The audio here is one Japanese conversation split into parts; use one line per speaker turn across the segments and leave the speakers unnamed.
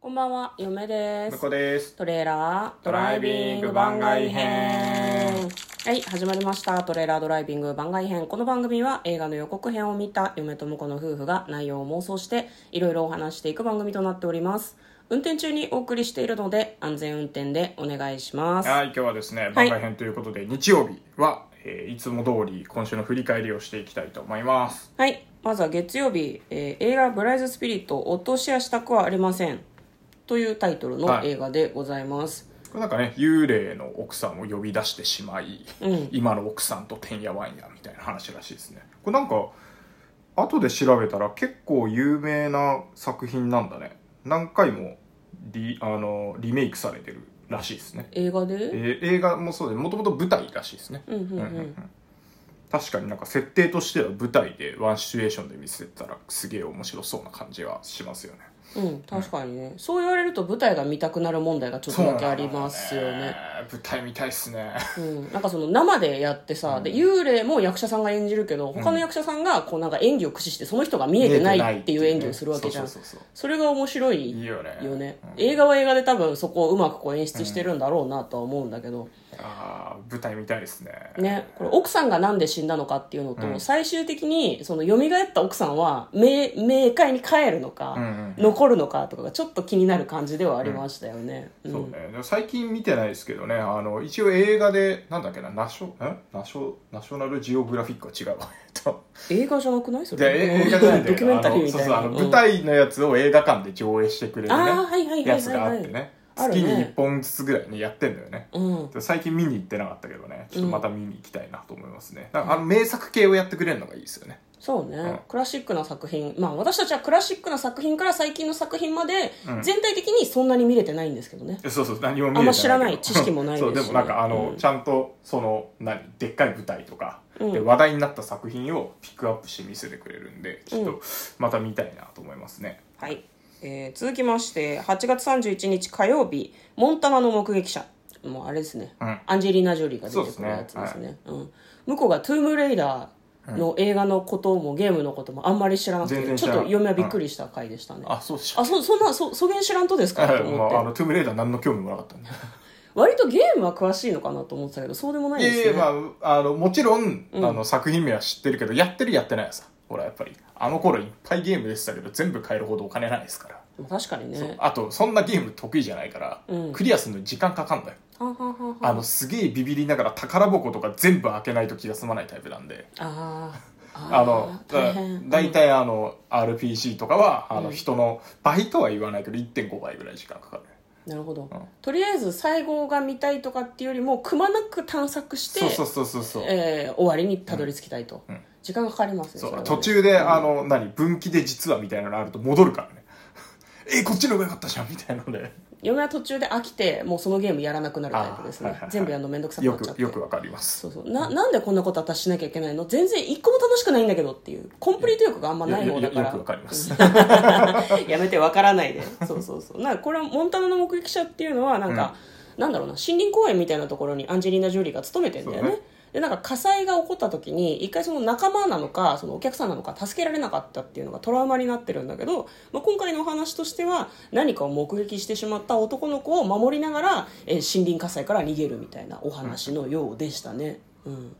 こんばんは、嫁で
向
す
こ。うです。
トレーラード
ラ
ラ
イ
イ
ビ
ビ
ン
ン
グ
グ番
番外
外
編
編。はい、始まりました。トレーラードライビング番外編。この番組は映画の予告編を見た嫁と婿の夫婦が内容を妄想していろいろお話していく番組となっております。運転中にお送りしているので安全運転でお願いします。
はい、今日はですね、番外編ということで、日曜日は、えーいつも通り今週の振り返りをしていきたいと思います。
はい、まずは月曜日、えー映画「ブライズ・スピリット落としやしたくはありません」というタイトルの
はい
映画でございます。
これなんかね、幽霊の奥さんを呼び出してしまい、
うん
今の奥さんとてんやわんやみたいな話らしいですね。これなんか、後で調べたら結構有名な作品なんだね。何回もリあのリメイクされてるらしいですね。
映画で、
えー映画もそうでもともと舞台らしいですね、
うんうんうん
確かになんか設定としては舞台でワンシチュエーションで見せてたらすげえ面白そうな感じはしますよね
うん、確かにね。そう言われると舞台が見たくなる問題がちょっとだけありますよね。
そうなんだよね舞台みたいっすね
うん、なんかその生でやってさ、で、幽霊も役者さんが演じるけど、他の役者さんがこうなんか演技を駆使して、その人が見えてないっていう演技をするわけじゃん。
そうそうそう
それが面白
そうい
い
い
よ
よね
ね
うん。
映画は映画で多分そこをうまくこう演出してるんだろうなとは思うんだけど、
ああ舞台みたいですね
ね、これ奥さんがなんで死んだのかっていうのと、
うん
最終的にその蘇った奥さんは冥冥界に帰るのか、
うんうん
残るのかとかがちょっと気になる感じではありましたよね。うん
そうね、でも最近見てないですけどねあの一応映画でなんだっけなナショんナショナショナルジオグラフィックは違うわえっと
映画じゃなくないそ
で
れ
映画じゃないんだ
ド
け
キュメ
ど
ン
あ
タリー
の
みた
そう
い
そう
な
あの
うん
舞台のやつを映画館で上映してくれるね
あーはいはいはいはい
やつがあってね
ある
月
ね
に1本ずつぐらいねやってんだよね
うん
で最近見に行ってなかったけどねちょっとまた見に行きたいなと思いますねなんかあの名作系をやってくれるのがいいですよね
そうね、
うん
クラシックな作品まあ私たちはクラシックな作品から最近の作品まで
うん
全体的にそんなに見れてないんですけどね、
えそうそう何も見
あん
れ
ま
て
知らない知識もないですし
そう
ね
でもなんかあの、
うん
ちゃんとその何でっかい舞台とか、
うん
で話題になった作品をピックアップして見せてくれるんでちょっ
うん
とまた見たいなと思いますね、
はい、えー続きまして8月31日火曜日モンタナの目撃者もうあれですね、
うん
アンジェリーナ・ジョリーが出てくるやつですね
そう
うん、向こうが「トゥームレイダー」の映画のこともゲームのこともあんまり知らなく
全
て
然
ち
知
ょ
ら
っ
ない
と嫁はびっくりした回でしたね、
あそうし
あそそんなそそげん知らんとですか
ま
と思って、
あ、あのトゥームレイダー何の興味もなかったんで
割とゲームは詳しいのかなと思ってたけどそうでもない
い
で
や
す
い
ね
やまああのもちろん、
うん
あの作品名は知ってるけどやってるやってないはさほらやっぱりあの頃いっぱいゲームでしたけど全部買えるほどお金ないですから、
まあ確かにね
あとそんなゲーム得意じゃないから、
うん
クリアするのに時間かかんだよ
はんはんはんはん
あのすげえビビりながら宝箱とか全部開けないと気が済まないタイプなんで
あーあー
あの
大変
大
うん
体あの RPG とかはあ
う
の
ん
人の倍とは言わないけど1.5倍ぐらい時間かかる
なるほど、
うん
とりあえず最後が見たいとかっていうよりもくまなく探索して
そうそうそうそうそう
えー終わりにたどり着きたいと、
うんうん
時間がかかりますね
そ
れは
う
ね
途中であの何分岐で実はみたいなのあると戻るからね えこっちの方が良かったじゃんみたいなので
嫁は途中で飽きてもうそのゲームやらなくなるタイプですね、
あーはいはいはい
全部やるの面倒くさくな
よ
っちゃっ
く
て
よくわかります
そうそうななんでこんなこと私しなきゃいけないの全然一個も楽しくないんだけどっていうコンプリート欲があんま
よ
ない
よ
方
よ
だから
よくわかります
やめてわからないでそうそうそうなんかこれはモンタナの目撃者っていうのはなんか、なんだろうな森林公園みたいなところにアンジェリーナ・ジョリーが勤めてんだよね
そうね
でなんか火災が起こった時に一回その仲間なのかそのお客さんなのか助けられなかったっていうのがトラウマになってるんだけど、まあ、今回のお話としては何かを目撃してしまった男の子を守りながら、えー森林火災から逃げるみたいなお話のようでしたね。うん、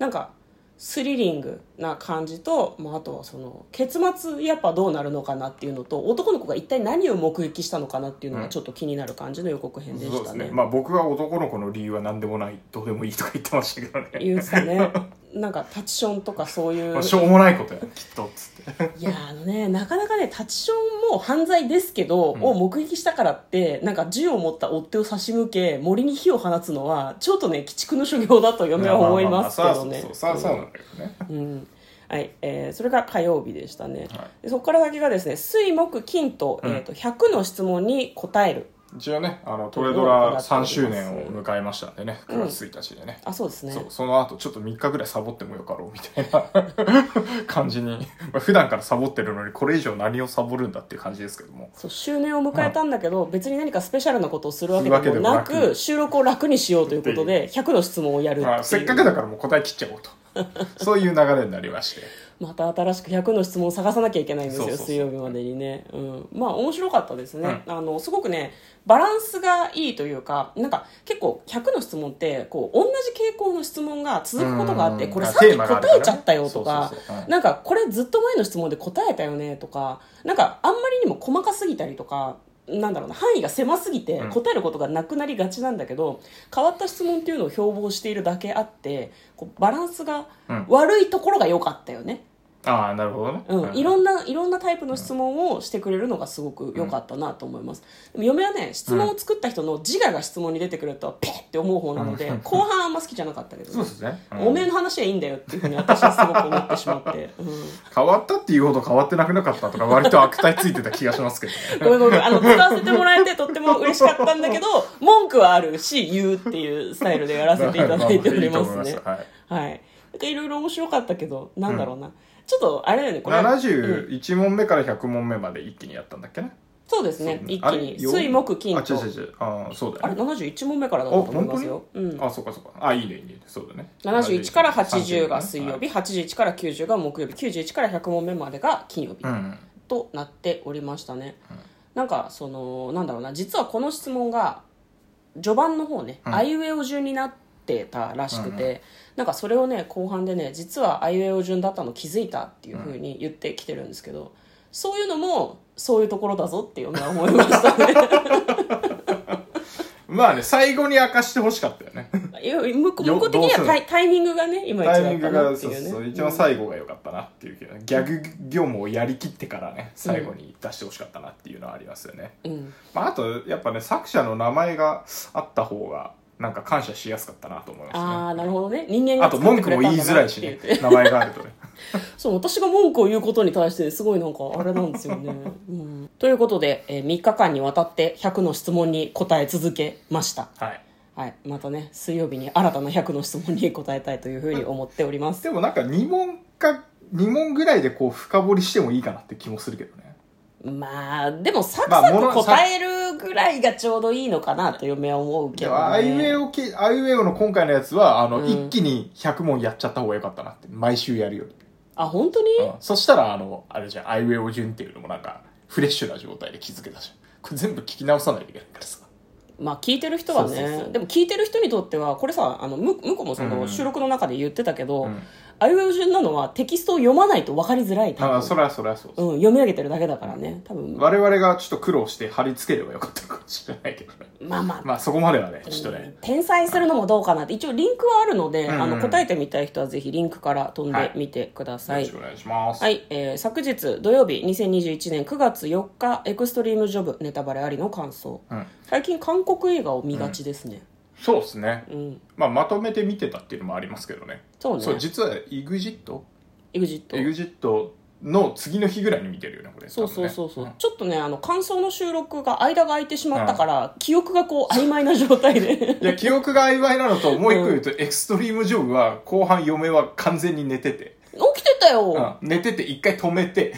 なんかスリリングな感じと、まあ、あとはその結末やっぱどうなるのかなっていうのと男の子が一体何を目撃したのかなっていうのがちょっと気になる感じの予告編で
そう
し
で
た
す
ね
ね。まあ僕は男の子の理由は何でもないどうでもいいとか言ってましたけどね
言うさねなんかタチションとかそういう、
まあしょうもないことやきっとっつって
いやあのねなかなかねタチションも犯罪ですけど、を目撃したからってなんか銃を持った追っ手を差し向け森に火を放つのはちょっとね鬼畜の修行だと嫁は思いますけどね
まあまあまあさあそうそうさあそうなんだけどね、
うんはいえーそれが火曜日でしたね、
は
でそこから先がですね水木金と,、えー、と100の質問に答える
一応ねあのトレドラ3周年を迎えましたんでね9月1日でね、
あそうですね
そうその後ちょっと3日ぐらいサボってもよかろうみたいな 感じに、まあ、普段からサボってるのにこれ以上何をサボるんだっていう感じですけども
そう周年を迎えたんだけど、別に何かスペシャルなことをするわけ
す
で
る
もな
わけでもな
く収録を楽にしようということで100の質問をやるっていう
まあせっかくだからもう答え切っちゃおうとそういう流れになりまして
また新しく100の質問を探さなきゃいけないんですよ
そうそうそう
水曜日までにね、うん、まあ面白かったですね、あのすごくねバランスがいいというかなんか結構100の質問ってこう同じ傾向の質問が続くことがあって
うん
これ
あ
さっ
テ
き
ーマが
答
あるから
え
ね
ちゃったよとか
そうそうそううん
なんかこれずっと前の質問で答えたよねとかなんかあんまりにも細かすぎたりとかなんだろうな範囲が狭すぎて
うん
答えることがなくなりがちなんだけど、変わった質問っていうのを標榜しているだけあってこうバランスが悪いところが良かったよね、
ああなるほどね、
うん、いろんないろんなタイプの質問をしてくれるのがすごく良かったなと思います、でも嫁はね質問を作った人の自我が質問に出てくるとペッって思う方なので、
うん
後半あんま好きじゃなかったけど、
そうですね、うん
おめえの話はいいんだよっていうふうに私はすごく思ってしまって、う
変わったっていうほど変わってなくなかったとか割と悪態ついてた気がしますけど ね
ん、ごめんごめんあの使わせてもらえてとっても嬉しかったんだけど文句はあるし言うっていうスタイルでやらせていただいておりま す
いい
ね
と思いはい
はいなんかいろいろ面白かったけどなんだろうな、ちょっとあれだよねこれ
71問目から100問目まで一気にやったんだっけね
そうですね
そう
一
あ
気
れ
に
よ
水木金
あ
と
違う違う違うあーそうだ
あれ
よね
71問目からだったと思いますよ、うん、
あそうかそうかあいいねいいねそうだね
71から80が水曜
はい
日81から90が木曜日91から100問目までが金曜日
うんうん
となっておりましたね、なんかそのなんだろうな実はこの質問が序盤の方ね、
うん
あいうえお順になってたらしくて、なんかそれをね後半でね実はあいうえお順だったの気づいたっていうふうに言ってきてるんですけど、そういうのもそういうところだぞっていうのは思いましたね
まあね最後に明かしてほしかった よね
いや向こう向こう的に
ど
は
うするの
タイタイミングがね今
タ
一
イミ
だった
ング
な
が
って
そう
いうね
そう一番
うん
最後が良かったなっていうけど、ギャグ業務をやりきってからね最後に出してほしかったなっていうのはありますよね、
うん
まあ、あとやっぱね作者の名前があった方がなんか感謝しやすかったなと思いますね
ああなるほどね人間
あ
が
と
作っ
文
てく
句
れ
も
た
言
んだ
いづ
な
ら
っ
い
て
し
言っ
ね
て
名前がある とね
そう私が文句を言うことに対してすごいなんかあれなんですよね、 うん、ということで、えー、3日間にわたって100の質問に答え続けました
はい
はいまたね水曜日に新たな100の質問に答えたいというふうに思っております
でもなんか2問か2問ぐらいでこう深掘りしてもいいかなって気もするけどね
まあでもサク
まあ
サ
も
ク
の
答えるぐらいがちょうどいいのかなと嫁は思うけ
で
ど、
もあいうえ
ね、
おきあいうえおの今回のやつはあの、
うん
一気に100問やっちゃった方が良かったなって毎週やるより、
あ本当に、
うんそしたらあのあれじゃんあいうえお順っていうのもなんかフレッシュな状態で気づけたじゃんこれ全部聞き直さないといけないからさ
まあ聞いてる人はね
そうそうそう
でも聞いてる人にとってはこれさあのむ向こうもその
うん
収録の中で言ってたけど、
うん
あいうえお順なのはテキストを読まないと分かりづらい多分
あそれはそれはそうです、
うん、読み上げてるだけだからね多分
我々がちょっと苦労して貼り付ければよかったかもしれないけどね
まあまあ、
まあそこまではねちょっとね、
転載するのもどうかなって一応リンクはあるので、
うんうん
あの答えてみたい人はぜひリンクから飛んでみてくださ
よろ
い
しくお願いします、
はい、えー昨日土曜日2021年9月4日エクストリームジョブネタバレありの感想、
うん
最近韓国映画を見がちですね
そうですね、
うん、
まあ、まとめて見てたっていうのもありますけどね
そうね
そう実は EXIT
EXIT
EXIT の次の日ぐらいに見てるよねこれ
そうそうそうそう、
ん
ちょっとねあの感想の収録が間が空いてしまったから、記憶がこう曖昧な状態 で
いや記憶が曖昧なのともう一個言うと、エクストリームジョブは後半嫁は完全に寝てて、
起きてた
う
よ、
ん寝てて一回止めて、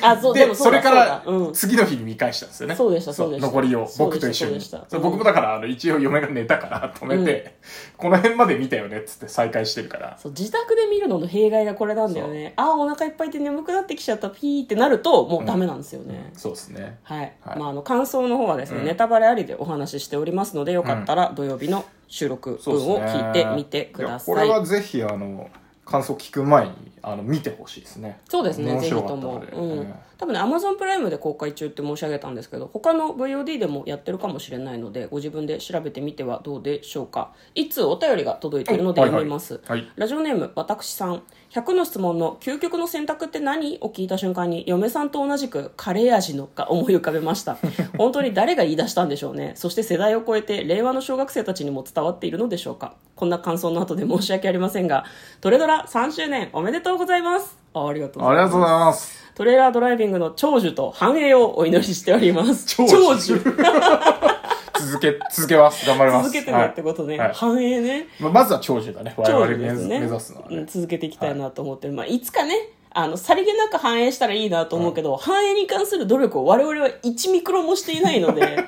あそうで
で
も
そうれ
だ
から
そうだうん
次の日に見返したんですよね
そうでしたそうでした
残りを
そうで
僕
した
と一緒に
そうでした
そう僕もだからあの一応嫁が寝たから止めて、この辺まで見たよねっつって再開してるから
そう自宅で見るのの弊害がこれなんだよねあーお腹いっぱいで眠くなってきちゃったピーってなるともうダメなんですよね、
そうですね
はい、
はい
まあ、あの感想の方はですね、
うん
ネタバレありでお話ししておりますのでよかったら土曜日の収録
そう
分
ですね
を聞いてみてください,、
やこれはぜひあの感想聞く前にあの見てほしいですね
そうですね、
面
ぜひ
白か
と
ったの
も
で。
うん
ね。
多分ね、Amazon プライムで公開中って申し上げたんですけど、他の VOD でもやってるかもしれないので、ご自分で調べてみてはどうでしょうか。いつお便りが届いているので
はいは
読
い
みます。
はい
ラジオネーム、私さん。100の質問の究極の選択って何を聞いた瞬間に、嫁さんと同じくカレー味のが思い浮かべま した。本当に誰が言い出したんでしょうね。そして世代を超えて、令和の小学生たちにも伝わっているのでしょうか。こんな感想の後で申し訳ありませんが、トレドラ3周年おめでとうございます。あありがとうご
あ
ざい
り
ます
がとうございます
トレーラードライビングの長寿と繁栄をお祈りしております。
長寿続 け続けます頑張ります
続けてねってことね。
はいはい
繁栄ね。
まあまずは長寿だね我
長
々
寿で
目
すね。
目指すのは
う
ね
ん続けていきたいなと思ってる。まあ、いつかね、あの、さりげなく反映したらいいなと思うけど、反映に関する努力を我々は1ミクロもしていないの で、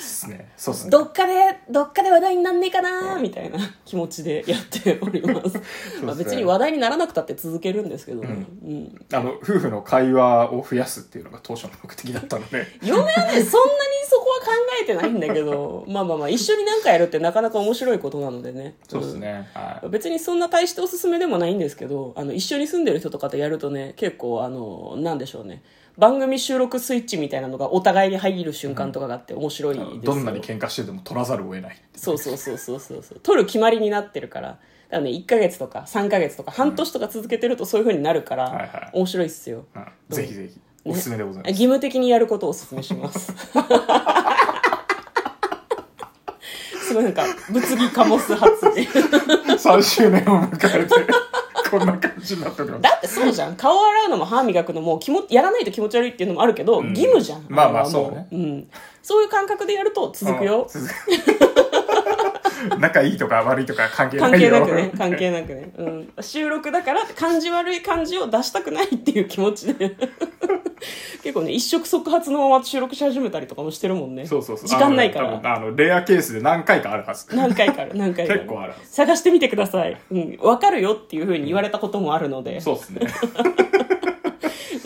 すねそうですね
どっかで、どっかで話題になんねえかなみたいな気持ちでやっております。まあ別に話題にならなくたって続けるんですけどね。うん
あの夫婦の会話を増やすっていうのが当初の目的だったので
嫁はね、そんなにそこは考えてないんだけど、まあまあまあ、一緒に何かやるってなかなか面白いことなのでね。
そうですね、は
うん。別にそんな大しておすすめでもないんですけど、あの、一緒に住んでる人とかとやるとね、結構、あの、なんでしょうね。番組収録スイッチみたいなのがお互いに入る瞬間とかがあって面白い
い
です
あ
よ、
のどんなに喧嘩してても取らざるを得ないっていう
そうそうそうそうそうそう取る決まりになってるからだからね1ヶ月とか3ヶ月とか半年とか続けてるとそういう風になるから、
はいはい
面白いっすよ
うんぜひぜひおすすめでございます、
義務的にやることをおすすめします すごいなんか物議かもす発言
3周年を迎えてこんな感じになっております
だってそうじゃん顔洗うのも歯磨くのも気もやらないと気持ち悪いっていうのもあるけど、
ん
義務じゃん
まあ
れ
まあ
はも
そうね
うん、そういう感覚でやると続くよ
あ続く 仲いいとか悪いとか関係ない
関係
よ
なくね関係なくね、うん、収録だから感じ悪い感じを出したくないっていう気持ちで 結構ね一触即発のまま収録し始めたりとかもしてるもんね
そうそうそう
時間ないか
あの多
ら
分あのレアケースで何回かあるはず
何回かある何回か
結構ある
探してみてください、うん、分かるよっていうふうに言われたこともあるので
そうですね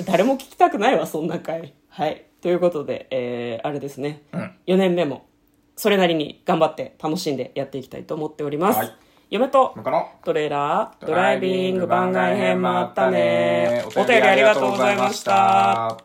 誰も聞きたくないわそんな回はいということで、えーあれですね、
うん
4年目もそれなりに頑張って楽しんでやっていきたいと思っております、
はい
嫁と
のかな
トレーラードライビング番外編もあったねお便りありがとうございました。